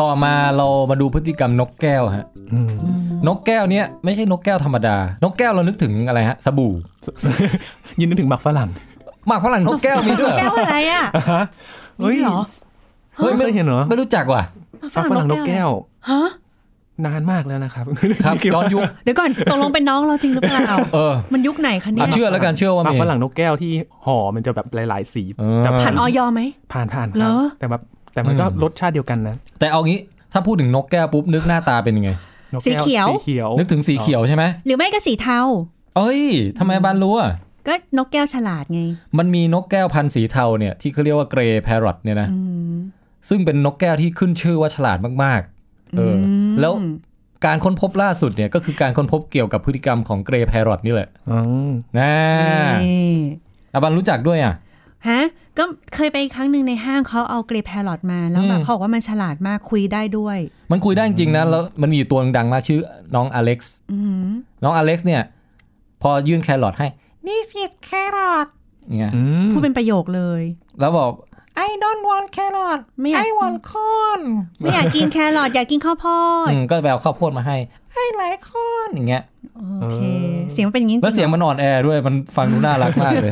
S2: ต่อมาเรามาดูพฤติกรรมนกแก้วฮะ
S1: ออืม
S2: นกแก้วเนี่ยไม่ใช่นกแก้วธรรมดา นกแก้วเรานึกถึงอะไรฮะสบู่
S1: ยินนึกถึงหมักฝรั่ง
S2: หมากฝรั่งนกแก้วมีด้วยเหร
S3: แก้
S2: อ
S3: วอะไรอ่ะ
S1: เฮ้ย
S3: นี่เหรอ
S1: เฮ้ยไม่เคยเห็นเหรอ
S2: ไม่รู้จักว่ะ
S1: หมักฝรั่งนกแก้ว
S3: ฮะ
S1: นานมากแล้วนะครับ
S2: ครับ
S1: ด
S2: ย้อ
S1: ว่าน
S2: ยุค
S3: เดี๋ยวก่อนตกลงเป็นน้องเราจริงหรือเปล่า
S2: เออ
S3: มันยุคไหนคะเนี่
S2: อ่ะ
S3: ย
S2: เชื่อแล้วกันเชื่อว่า
S1: หมัก
S2: มี
S1: ฝรั่งนกแก้วที่ห่อมันจะแบบหลาย ๆ สี
S2: เออ
S1: แต่
S3: ผ่านออยอไหม
S1: ผ่านผ่านค
S3: เหร
S1: รับ
S3: อ
S1: แต่แบบแต่มันก็รสชาติเดียวกันนะ
S2: แต่เอางี้ถ้าพูดถึงนกแก้วปุ๊บนึกหน้าตาเป็นยังไง
S1: นกแก้
S3: สีเขียว
S1: สีเขียว
S2: นึกถึงสีเขียวใช่ไหม
S3: หรือไม่ก็สีเทา
S2: เอ้ยทำไมบ้านรู้อ่ะ
S3: ก็นกแก้วฉลาดไง
S2: มันมีนกแก้วพันธุ์สีเทาเนี่ยที่เขาเรียกว่าเกรย์แพรอทเนี่ยนะ
S3: อืม
S2: ซึ่งเป็นนกแก้วที่ขึ้นชื่อว่าฉลาดมากๆเอออ
S3: ม
S2: แล้วการค้นพบล่าสุดเนี่ยก็คือการค้นพบเกี่ยวกับพฤติกรรมของเกรย์แพรอทนี่แหละ
S1: อืม
S2: นะ
S3: นี่
S2: อาบันรู้จักด้วยอ่ะ
S3: ฮะ ก็เคยไปครั้งหนึ่งในห้างเขาเอาเกรย์แพรอตมา แล้วแบ
S2: อื
S3: บ
S2: ม
S3: เขาบอกว่ามันฉลาดมากคุยได้ด้วย
S2: มันคุยได้จริงๆนะแล้วมันมีอยู่ตัวดังๆมากชื่อน้องอเล็กซ์
S3: อืม
S2: น้องอเล็กซ์เนี่ย พอยื่นแครอทให้
S4: This is carrot.
S2: ไง
S1: อืม
S3: พูดเป็นประโยคเลย
S2: แล้วบอก
S4: I don't want carrot.
S3: Me-
S4: I want corn.
S3: ไม่อยากกินแครอทอยากกินข้าวโพด
S2: อืมก็ไปเอาข้าวโพดมาให้
S4: I like corn.
S2: อย่างเงี้ย
S3: โอเค เสียงมันเป็นอย่างนี้
S2: แล้วเสียงมันอ่อนแอด้วยมันฟังดูน่ารักมากเลย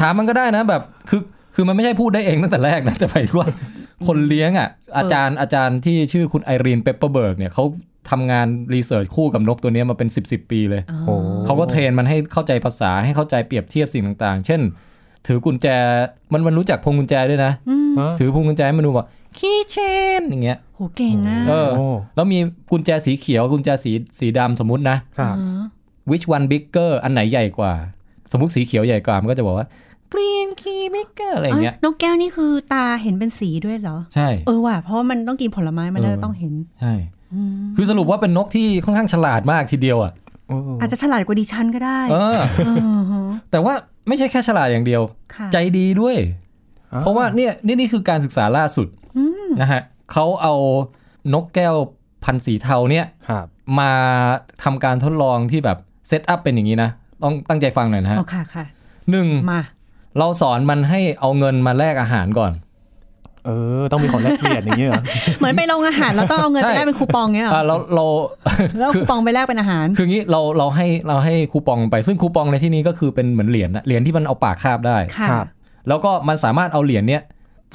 S2: ถามมันก็ได้นะแบบคือคือมันไม่ใช่พูดได้เองตั้งแต่แรกนะแต่ไปว่า คนเลี้ยงอ่ะ อาจารย์อาจารย์ที่ชื่อคุณไอรีนเปปเปอร์เบิร์กเนี่ยเขาทำงานรีเสิร์ชคู่กับนกตัวเนี้ยมาเป็น 10บปีเลย
S1: โอ้
S2: เขาก็เทรนมันให้เข้าใจภาษาให้เข้าใจเปรียบเทียบสิ่งต่างๆ เช่น ถือกุญแจมันมันรู้จักพวงกุญแจด้วยนะ
S1: ฮะ
S2: ถือพวงกุญแจให้มันดูบอกคีย์เชนอย่างเงี้ย
S3: โหเก่งอ่ะ
S2: เออ
S1: โอ้
S2: แล้วมีกุญแจสีเขียวกุญแจสีสีดำสมมตินะ
S1: ครับ
S2: which one bigger อันไหนใหญ่กว่า สมมติสีเขียวใหญ่กว่ามันก็จะบอกว่า green key bigger อะไรอย่างเงี้ย
S3: เอ้ยนกแก้วนี่คือตาเห็นเป็นสีด้วยเหรอ
S2: ใช่
S3: เออว่ะ เพราะว่ามันต้องกินผลไม้มัน
S2: เออ
S3: น่าจะต้องเห็น
S2: ใช่ คือสรุปว่าเป็นนกที่ค่อนข้างฉลาดมากทีเดียวอ่ะ
S1: โอ้
S3: อาจจะฉลาดกว่าดิฉันก็ได้
S2: เออ
S3: เออฮะ
S2: แต่ว่าไม่ใช่แค่ฉลาดอย่างเดียว
S3: ค่ะ
S2: ใจดีด้วย เพราะว่าเนี่ยนี่นี่คือการศึกษาล่าสุดนะฮะเขาเอานกแก้วพันธุ์สีเทาเนี่ย
S1: ครับ
S2: มาทำการทดลองที่แบบเซตอัพเป็นอย่างนี้นะ ต้องตั้งใจฟังหน่อยนะฮะ
S3: โอเคค่ะ
S2: หนึ่ง
S3: มา
S2: เราสอนมันให้เอาเงินมาแลกอาหารก่อน
S1: เออ ต้องมีของแลกเปลี่ยนอย่างเงี้ยเหรอ
S3: เหมือนไปโรงอาหารเราต้องเอาเงิน
S2: ใช่
S3: ไปแลกเป็นคูปองเงี้ยเหร
S2: อ่า
S3: อ
S2: เราเรา
S3: แล้วคูปองไปแลกเป็นอาหาร
S2: คืองี้เราเราให้เราให้คูปองไปซึ่งคูปองในที่นี้ก็คือเป็นเหมือนเหรียญนะเหรียญที่มันเอาปากคาบได้
S3: ค่ะ
S1: ครับ
S2: แล้วก็มันสามารถเอาเหรียญเนี้ย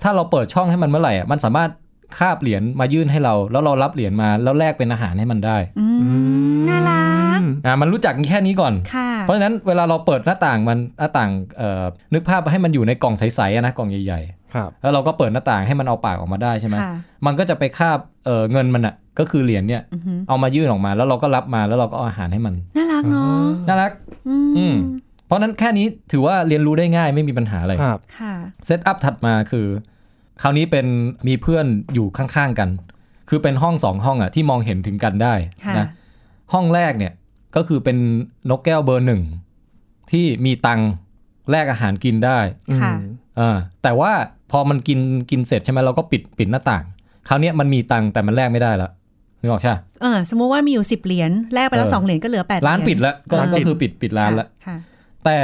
S2: ถ้าเราเปิดช่องให้มันเมื่อไหร่อะมันสามารถ คาบเหรียญมายื่นให้เรา แล้วเรารับเหรียญมาแล้วแลกเป็นอาหารให้มันได้
S3: อืมน่ารัก
S2: อ่ามันรู้จักแค่นี้ก่อน
S3: ค่ะ
S2: เพราะฉะนั้นเวลาเราเปิดหน้าต่างมันหน้าต่างเอ่อนึกภาพให้มันอยู่ในกล่องใสๆอะนะกล่องใหญ่
S1: ครับ
S2: ๆ แล้วเราก็เปิดหน้าต่างให้มันเอาปากออกมาได้ใช่ไหม
S3: ค่ะ
S2: มันก็จะไปคาบเอ่อเงินมันอ่ะก็คือเหรียญเนี่ย
S3: อือหือ
S2: เอามายื่นออกมาแล้วเราก็รับมาแล้วเราก็เอาอาหารให้มัน
S3: น่ารักเนาะ
S2: น่ารัก
S3: อื
S2: อืม
S3: ม
S2: เพราะฉะนั้นแค่นี้ถือว่าเรียนรู้ได้ง่ายไม่มีปัญหาอะไร
S1: ครับ
S3: ค่ะ
S2: เซตอัพถัดมาคือ คราวนี้เป็นมีเพื่อนอยู่ข้างๆกัน คือเป็นห้องสองห้องอ่ะที่มองเห็นถึงกันได้
S3: ค่ะ
S2: นะห้องแรกเนี่ยก็คือเป็นนกแก้วเบอร์หนึ่งที่มีตังค์แลกอาหารกินได้
S3: ค่ะ
S2: อ่าแต่ว่าพอมันกินกินเสร็จใช่ไหมเราก็ปิดปิดหน้าต่าง คราวเนี้ยมันมีตังค์แต่มันแลกไม่ได้ละนึกออกใช่ปะ
S3: เออสมมุติว่ามีอยู่สิบเหรียญแลกไปแล้ว
S2: เออ
S3: สองเหรียญก็เหลือแปด
S2: ร้านปิดละก็
S1: ร้านปิด
S2: ก็คือปิดปิดร้านละ
S3: ค่ะ
S2: แต่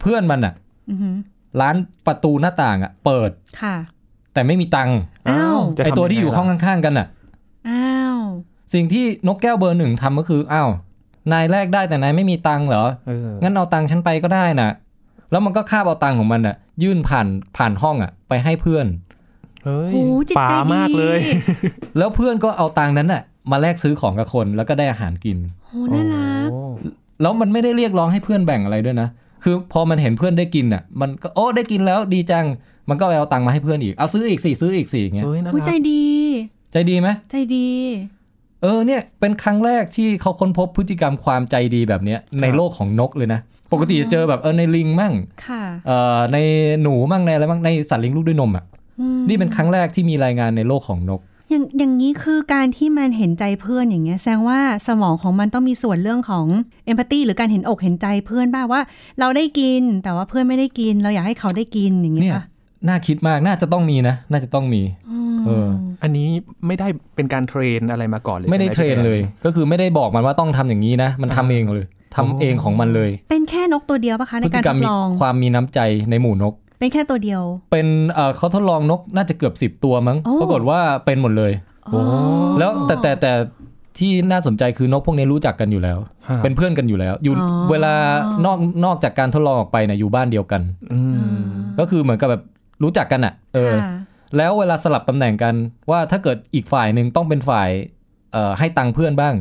S2: เพื่อนมันอ่ะ
S3: อือหือ
S2: ร้านประตูหน้าต่างอ่ะเปิด
S3: ค่ะ
S2: แต่ไม่มีตังค์
S3: อ้าว
S1: จะ
S2: ไอตัวที่อยู่
S1: ำง
S2: ห้อง
S1: ไล่ะ
S2: ข้างๆกันอ่ะ
S3: อ้าว
S2: สิ่งที่นกแก้วเบอร์หนึ่งทำก็คือ อ้าว นายแลกได้แต่นายไม่มีตังค์เหรอ
S1: เออ
S2: งั้นเอาตังค์ฉันไปก็ได้นะแล้วมันก็คาบเอาตังค์ของมันน่ะ ยื่นผ่านผ่านห้องอ่ะ ไปให้เพื่อน
S1: เฮ้ย
S3: โอ้จิต
S1: ป่า
S3: ใจดี
S1: มากเลย
S2: แล้วเพื่อนก็เอาตังค์นั้นน่ะ มาแลกซื้อของกับคนแล้วก็ได้อาหารกิน
S3: โอ้น่ารัก
S1: โอ้
S2: แล้วมันไม่ได้เรียกร้องให้เพื่อนแบ่งอะไรด้วยนะ คือพอมันเห็นเพื่อนได้กินน่ะ มันก็โอ้ได้กินแล้วดีจัง มันก็ไปเอาตังค์มาให้เพื่อนอีก เอาซื้ออีกสิซื้ออีกสิอย่างเงี้ย
S1: เฮ้ยน่า
S3: หั
S1: รั
S3: วใจ
S1: ก
S3: ดี
S2: ใจดีไหม
S3: ใจดี
S2: เออเนี่ยเป็นครั้งแรกที่เขาค้นพบพฤติกรรมความใจดีแบบเนี้ยในโลกของนกเลยนะ ปกติจะเจอแบบเออในลิงมั่ง
S3: ค่ะ
S2: เอ่อในหนูมั่งในอะไรมั่งในสัตว์เลี้ยงลูกด้วยนมอ่ะ
S3: อืม
S2: นี่เป็นครั้งแรกที่มีรายงานในโลกของนก
S3: อย่างอย่างนี้คือการที่มันเห็นใจเพื่อนอย่างเงี้ย แสดงว่าสมองของมันต้องมีส่วนเรื่องของเอมพัตตีหรือการเห็นอกเห็นใจเพื่อนบ้างว่า เราได้กินแต่ว่าเพื่อนไม่ได้กิน เราอยากให้เขาได้กินอย่าง
S2: เนี่
S3: เงี้
S2: ย
S3: ยป่ะ
S2: น่าคิดมากน่าจะต้องมีนะ น่าจะต้องมี
S3: อืม
S2: เออ
S1: อันนี้ไม่ได้เป็นการเทรนอะไรมาก่อนเลย
S2: ไม่ได้
S1: ใช่ห
S2: เทรนเลย ก็คือไม่ได้บอกมันว่าต้องทำอย่างนี้นะ มันทำเองเลยทำเองของมันเลย
S3: เป็นแค่นกตัวเดียวปะคะ ใน
S2: พฤ
S3: กา
S2: ติกรร
S3: รท
S2: ม
S3: ด
S2: มี
S3: ลอง
S2: ความมีน้ำใจในหมู่นก
S3: เป็นแค่ตัวเดียว
S2: เป็นเอ่อเขาทดลองนกน่าจะเกือบ 10 ตัวมั้ง
S3: โอ้
S2: ปรากฏว่าเป็นหมดเลย
S3: อ๋อ
S2: แล้วแต่แต่แต่ที่น่าสนใจคือนกพวกนี้รู้จักกันอยู่แล้ว
S1: ฮะ
S2: เป็นเพื่อนกันอยู่แล้ว อยู่เวลานอกนอกจากการทดลองออกไปเนี่ยอยู่บ้านเดียวกัน
S1: อื
S3: อื
S1: ม
S3: ม
S2: ก็คือเหมือนกับแบบรู้จักกันอ่ะเออ
S3: ค่ะ
S2: แล้วเวลาสลับตำแหน่งกันว่าถ้าเกิดอีกฝ่ายหนึ่งต้องเป็นฝ่ายเอ่อให้ตังค์เพื่อนบ้าง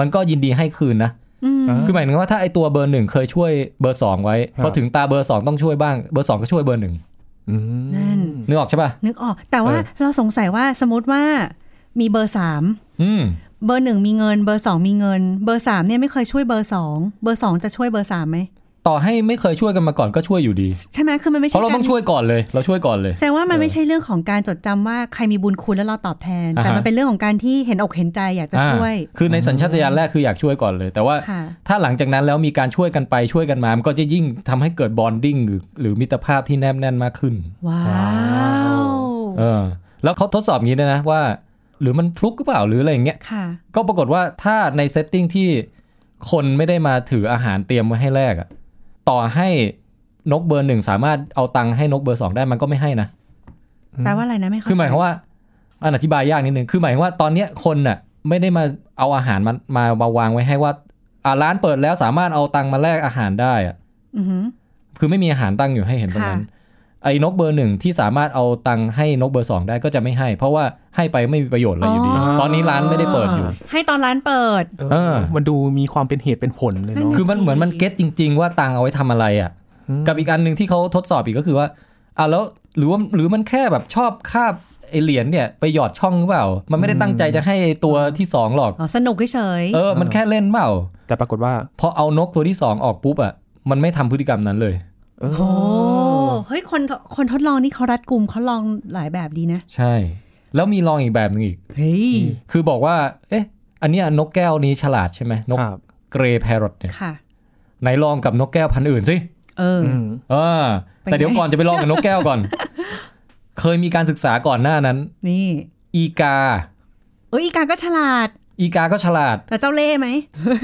S2: มันก็ยินดีให้คืนนะ
S3: อืม
S1: ะ
S2: คือหมายถึงว่าถ้าไอตัวเบอร์หนึ่งเคยช่วยเบอร์สองไว้
S1: ครับ
S2: พอถึงตาเบอร์สองต้องช่วยบ้างเบอร์สองก็ช่วยเบอร์หนึ่ง
S1: อืม
S3: นั่น
S2: นึกออกใช่ป่ะ
S3: นึกออก แต่ว่า
S2: เออ
S3: เราสงสัยว่าสมมติว่ามีเบอร์สาม
S2: อืม
S3: เบอร์หนึ่งมีเงินเบอร์สองมีเงิน เบอร์สามเนี่ยไม่เคยช่วยเบอร์สองเบอร์สองจะช่วยเบอร์สามไหม
S2: ต่อให้ไม่เคยช่วยกันมาก่อนก็ช่วยอยู่ดี
S3: ใช่ไหมคือมันไม่
S2: เพ
S3: ใช่
S2: ราะเราต้องช่วยก่อนเลย เราช่วยก่อนเลย
S3: แสดงว่ามัน
S2: เออ
S3: ไม่ใช่เรื่องของการจดจำว่าใครมีบุญคุณแล้วเราตอบแทน
S2: อ่าฮะ
S3: แต่มันเป็นเรื่องของการที่เห็นอกเห็นใจอยากจะช่วย
S2: อ่าคือในสัญชาตญาณแรกคืออยากช่วยก่อนเลย แต่ว่า
S3: ค่ะ
S2: ถ้าหลังจากนั้นแล้วมีการช่วยกันไปช่วยกันมา มันก็จะยิ่งทำให้เกิดบอนดิ้งหรือหรือมิตรภาพที่แนบแน่นมากขึ้น
S3: ว้าว
S2: เออ แล้วเขาทดสอบอย่างนี้ด้วยนะว่า หรือมันฟลุกหรือเปล่าหรืออะไรอย่างเงี้ย
S3: ค่ะ
S2: ก็ปรากฏว่าถ้าในเซตติ้งที่คนไม่ได้มาถืออาหารเตรียมไว้ให้แรกอะต่อให้นกเบอร์หนึ่งสามารถเอาตังค์ให้นกเบอร์สองได้มันก็ไม่ให้นะ
S3: แปลว่าอะไรนะไม่เข้
S2: คือหมายความว่าอันอธิบายยากนิดนึง คือหมายความว่าตอนเนี้ยคนน่ะไม่ได้มาเอาอาหารมามามาวางไว้ให้ว่าอ่าร้านเปิดแล้วสามารถเอาตังค์มาแลกอาหารได้อะ
S3: อือหือ
S2: คือไม่มีอาหารตั้งอยู่ให้เห็นตรงนั้น
S3: ค่ะ
S2: ไอ้นกเบอร์หนึ่งที่สามารถเอาตังค์ให้นกเบอร์สองได้ก็จะไม่ให้ เพราะว่าให้ไปไม่มีประโยชน์อะไรอยู่ดี
S1: อ๋อ
S2: ตอนนี้ร้านไม่ได้เปิดอยู่
S3: ให้ตอนร้านเปิด
S1: เออ
S2: เออ
S1: มันดูมีความเป็นเหตุเป็นผลเลย
S3: นั่น
S1: เนาะ
S3: ไง
S2: คือมันเหมือนมันเก็ตจริง ๆ ว่าตังค์เอาไว้ทำอะไรอ่ะ กับอีกอันหนึ่งที่เขาทดสอบอีกก็คือว่าอ่ะแล้วหรือว่าหรือมันแค่แบบชอบคาบไอเหรียญเนี่ยไปหยอดช่องหรือเปล่า มันไม่ได้ตั้งใจจะให้ไอ้ตัวที่สองหรอก
S3: อ๋อสนุกเฉยๆ
S2: เออ มันแค่เล่นเปล่า
S1: แต่ปรากฏว่า
S2: พอเอานกตัวที่สองออกปุ๊บอ่ะ มันไม่ทำพฤติกรรมนั้นเลย
S1: เออ
S3: โอ้เฮ้ยคนคนทดลองนี่เขารัดกลุ่มเขาลองหลายแบบดีนะ
S2: ใช่ แล้วมีลองอีกแบบหนึ่งอีก
S3: เฮ้ย
S2: คือบอกว่า เอ๊ะ อันเนี้ยนกแก้วนี้ฉลาดใช่ไหมนก
S1: ครับ
S2: เกรย์แพรอทเนี่ย
S3: ค่ะ
S2: ไหนลองกับนกแก้วพันธุ์อื่นสิ
S3: เอออ
S1: อืม
S2: เออ
S3: เป็นไง
S2: แต่เดี๋ยวก่อนจะไปลองกับนกแก้ว ก่อน เคยมีการศึกษาก่อนหน้านั้น
S3: นี่
S2: อีกา
S3: เอยอีกาก็ฉลาด
S2: อีกาก็ฉลา ด
S3: แต่เจ้าเล่ห์ไหม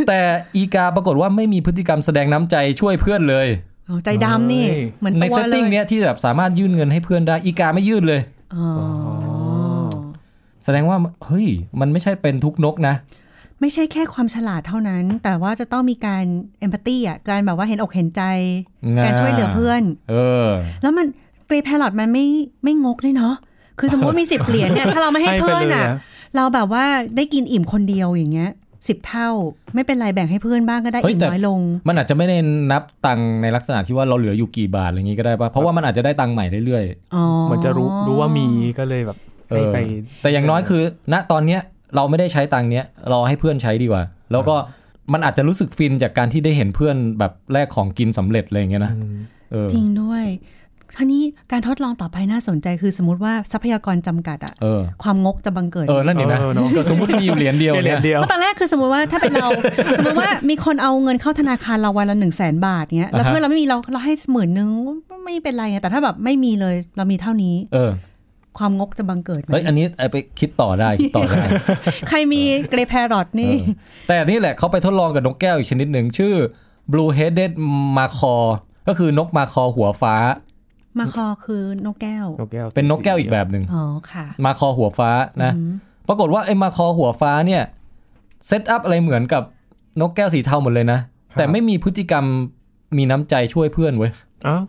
S2: แต่อีกาปรากฏว่าไม่มีพฤติกรรมแสดงน้ำใจช่วยเพื่อนเลย
S3: อ๋อใจดำนี่ เหมือน
S2: ใน
S3: ตัว
S2: เซต
S3: เล
S2: ติ้ง
S3: ย
S2: เนี้ยที่แบบสามารถยื่นเงินให้เพื่อนได้อีกาไม่ยื่นเลย
S3: อ๋อ
S2: แสดงว่าเฮ้ยมันไม่ใช่เป็นทุกนกนะ
S3: ไม่ใช่แค่ความฉลาดเท่านั้น แต่ว่าจะต้องมีการเอมพัตตีอ่ะ การแบบว่าเห็นอกเห็นใจ
S2: งา
S3: การช่วยเหลือเพื่อน
S2: เออ
S3: แล้วมันเกรย์แพลอตมันไม่ไม่งกด้วยเนาะ คือสมมติมีสิบเหรียญเนี่ย ถ้าเราไม่ให้
S1: ให้ไป
S3: เพื่อน
S1: เลย
S3: อ่ะ
S1: นะ
S3: เราแบบว่าได้กินอิ่มคนเดียวอย่างเงี้ยสิบเท่า ไม่เป็นไรแบ่งให้เพื่อนบ้างก็ได้
S2: เฮ้ย
S3: อิ่ม
S2: แต่
S3: น้อยลง
S2: มันอาจจะไม่ได้นับตังค์ในลักษณะที่ว่าเราเหลืออยู่กี่บาทอะไรอย่างงี้ก็ได้ปะเพราะว่ามันอาจจะได้ตังค์ใหม่เรื่อย
S3: อ๋อ
S1: เหมือนจะรู้รู้ว่ามีก็เลยแบบ
S2: ๆเอ
S1: ให้
S2: อ
S1: ไป
S2: แต่อย่างน้อยคือ ณตอนเนี้ยเราไม่ได้ใช้ตังค์เนี้ยเราให้เพื่อนใช้ดีกว่า แล้วก็มันอาจจะรู้สึกฟินจากการที่ได้เห็นเพื่อนแบบแลกของกินสำเร็จอะไรอย่างเงี้ยนะ
S1: อืม
S2: เออ
S3: จริงด้วยท่านี้การทดลองต่อไปน่าสนใจคือสมมติว่าทรัพยากรจำกัดอะ
S2: เออ
S3: ความงกจะบังเกิด
S2: เออนั่นเดี๋ยวนะ
S1: เออเนอะ
S2: เกิดสม มติมีอยู่เหรียญเดียว
S1: เหรี
S2: เนี่ย ย
S1: ญเดียว
S3: ก็ตอนแรกคือสมมติว่าถ้าเป็นเรา สมมติว่ามีคนเอาเงินเข้าธนาคารเราวันละหนึ่งแสนบาทเงี้ยแล้วเพื่อนเราไม่มีเราเราให้หมื่นนึงไม่เป็นไรไงแต่ถ้าแบบไม่มีเลยเรามีเท่านี้
S2: เออ
S3: ความงกจะบังเกิดไหม
S2: เฮ้ยอันนี้เอาไปคิดต่อ ได้คิดต่อได้
S3: ใครมีเกรย์แพรอทนี่
S2: เออแต่นี่แหละเขาไปทดลองกับนกแก้วอีกชนิดหนึ่งชื่อ blue headed macaw ก็คือนกมาคอหัวฟ้า
S3: มาคอคือนกแก้ว
S1: นกแก้ว
S2: เป็นนกแก้วอีกแบบหนึ่ง
S3: อ๋อค่ะ
S2: มาคอหัวฟ้านะ
S3: อืม
S2: ปรากฏว่าไอ้มาคอหัวฟ้าเนี่ยเซตอัพอะไรเหมือนกับนกแก้วสีเทาหมดเลยนะ แต่ไม่มีพฤติกรรมมีน้ำใจช่วยเพื่อนเว้ย
S1: อ้าว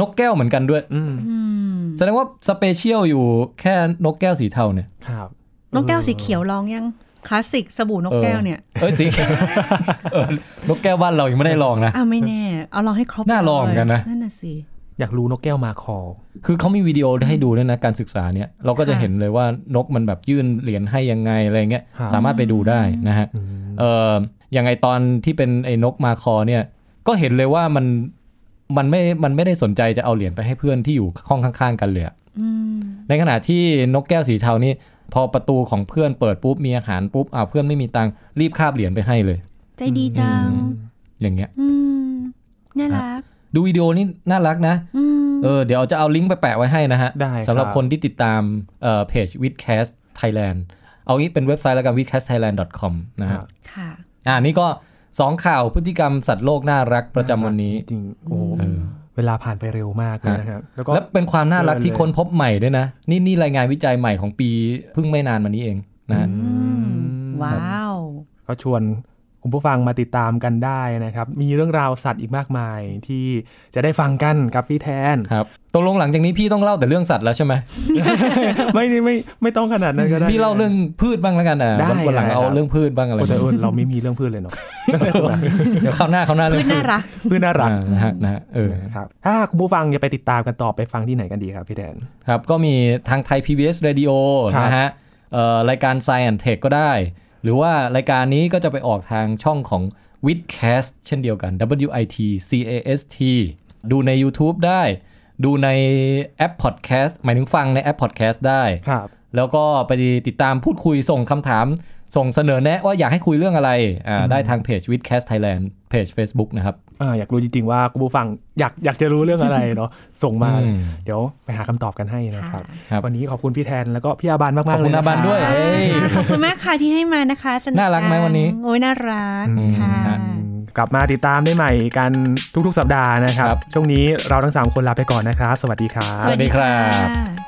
S1: น
S2: กแก้วเหมือนกันด้วย
S1: อืม
S3: อืม
S2: แสดงว่าสเปเชียลอยู่แค่นกแก้วสีเทาเนี่ย
S1: ครับ
S3: นกแก้วสีเขียวลองยังคลาสสิกสบู่นกแก้วเนี่ย
S2: เอ้ยสี เออนกแก้วบ้านเรายังไม่ได้ลองนะ
S3: อ้าวไม่แน่ เอาลองให้ครบ
S2: น่าลองเหมือนกันนะ
S3: นั่นน่ะสิ
S1: อยากรู้นกแก้วมาคอ
S2: คือเขามีวิดีโอให้ดูด้วยนะการศึกษาเนี่ยเราก็จะเห็นเลยว่านกมันแบบยื่นเหรียญให้ยังไงอะไรเงี้ย
S1: ครับ
S2: สามารถไปดูได้นะฮะ
S1: อืม
S2: เอ่ออย่างไอตอนที่เป็นไอ้นกมาคอเนี่ยก็เห็นเลยว่ามันมันไม่มันไม่ได้สนใจจะเอาเหรียญไปให้เพื่อนที่อยู่ห้องข้าง ๆ กันเลยอะ
S3: อืม
S2: ในขณะที่นกแก้วสีเทานี่พอประตูของเพื่อนเปิดปุ๊บมีอาหารปุ๊บอ้าวเพื่อนไม่มีตังค์รีบคาบเหรียญไปให้เลย
S3: ใจดีจัง
S2: อย่างเงี้ย
S3: อืมน่ารัก
S2: ดูวิดีโอนี่น่ารักนะ
S3: อืม
S2: เออเดี๋ยวจะเอาลิงก์ไปแปะไว้ให้นะฮะ
S1: ได้ครับ
S2: สำหรับคนที่ติดตามเอ่อเพจ w i t c a s t Thailand เอางี้เป็นเว็บไซต์แล้วกัน w i t c a s t Thailand com นะฮะ
S3: ค่ะ
S2: อ่านี่ก็ 2 ข่าวพฤติกรรมสัตว์โลกน่ารักประจำวันนี้
S1: จริงโอ้โห
S2: เออ
S1: เวลาผ่านไปเร็วมากเลยนะครับแล้วก็
S2: และเป็นความน่ารักที่
S1: เลย
S2: ค้นพบใหม่ด้วยนะ นี่นี่รายงานวิจัยใหม่ของปีเพิ่งไม่นานมานี้เองนะฮะ
S3: อืม ว้าว
S1: ก็ชวนคุณผู้ฟังมาติดตามกันได้นะครับ มีเรื่องราวสัตว์อีกมากมายที่จะได้ฟังกันครับพี่แทน
S2: ครับตกลงหลังจากนี้พี่ต้องเล่าแต่เรื่องสัตว์แล้วใช่ไหม
S1: ไม่ไม่ไม่ไม่ต้องขนาดนั้นก็ได้
S2: พี่เล่าเรื่องพืชบ้างแล้วกันอ่ะ
S1: ได้
S2: วันวันหลัง
S1: ได้
S2: เอา
S1: ครับ
S2: เรื่องพืชบ้างอะไร
S1: โอ้แต่เออเราไม่มีเรื่องพืชเลย เนาะ
S2: เดี๋ยวคราวหน้าคราวหน้า
S3: พื
S2: เรื่อ
S3: ช
S2: ง
S3: น่ารัก
S1: พืชน่ารัก
S2: อ่านะฮะนะฮะเออ
S1: ครับถ้าคุณผู้ฟังจะไปติดตามกันต่อไปฟังที่ไหนกันดีครับพี่แทน
S2: ครับ ก็มีทางไทย PBS Radio
S1: ครับ
S2: นะฮะเอ่อรายการ Science and Tech ก็ได้ หรือว่ารายการนี้ก็จะไปออกทางช่องของ w i t c a s t เช่นเดียวกัน W I T C A S T ดูใน YouTube ได้ ดูในแอป Podcast หมายถึงฟังในแอป Podcast ได้
S1: ครับ
S2: แล้วก็ไปติดตามพูดคุยส่งคำถาม ส่งเสนอแนะว่าอยากให้คุยเรื่องอะไรอ่าได้ทางเพจ w i t c a s t Thailand เพจ Facebook นะครับ
S1: อ่าอยากรู้จริงๆว่าคุณผู้ฟังอยากอยากจะรู้เรื่องอะไร เนาะ ส่งมา
S2: อืม
S1: เดี๋ยวไปหาคำตอบกันให้นะครับ
S2: ครับ
S1: วันนี้ขอบคุณพี่แทนแล้วก็พี่อาบานมากๆ
S2: ข
S1: เลยะ
S2: อบคุณอาบันด้วยเฮ้ย
S3: ขอบคุณมากค่ะที่ให้มานะคะส
S2: น่ารักไหมวันนี้
S3: โอ้ยน่ารัก
S2: อืม
S3: ค่ะ
S2: ฮะ
S1: กลับมาติดตามได้ใหม่กันทุกๆสัปดาห์นะครับ
S2: ครับ
S1: ช่วงนี้เราทั้งสามคนลาไปก่อนนะครับ สวัสดีครับ
S3: สวัสดีค่ะ